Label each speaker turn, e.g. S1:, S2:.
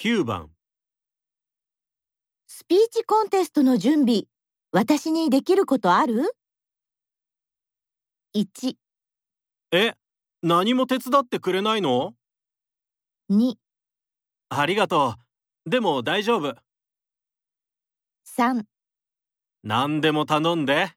S1: 9番
S2: スピーチコンテストの準備、私にできることある ?1、
S1: え何も手伝ってくれないの
S2: 2、
S1: ありがとうでも大丈夫
S2: 3
S1: 何でも頼んで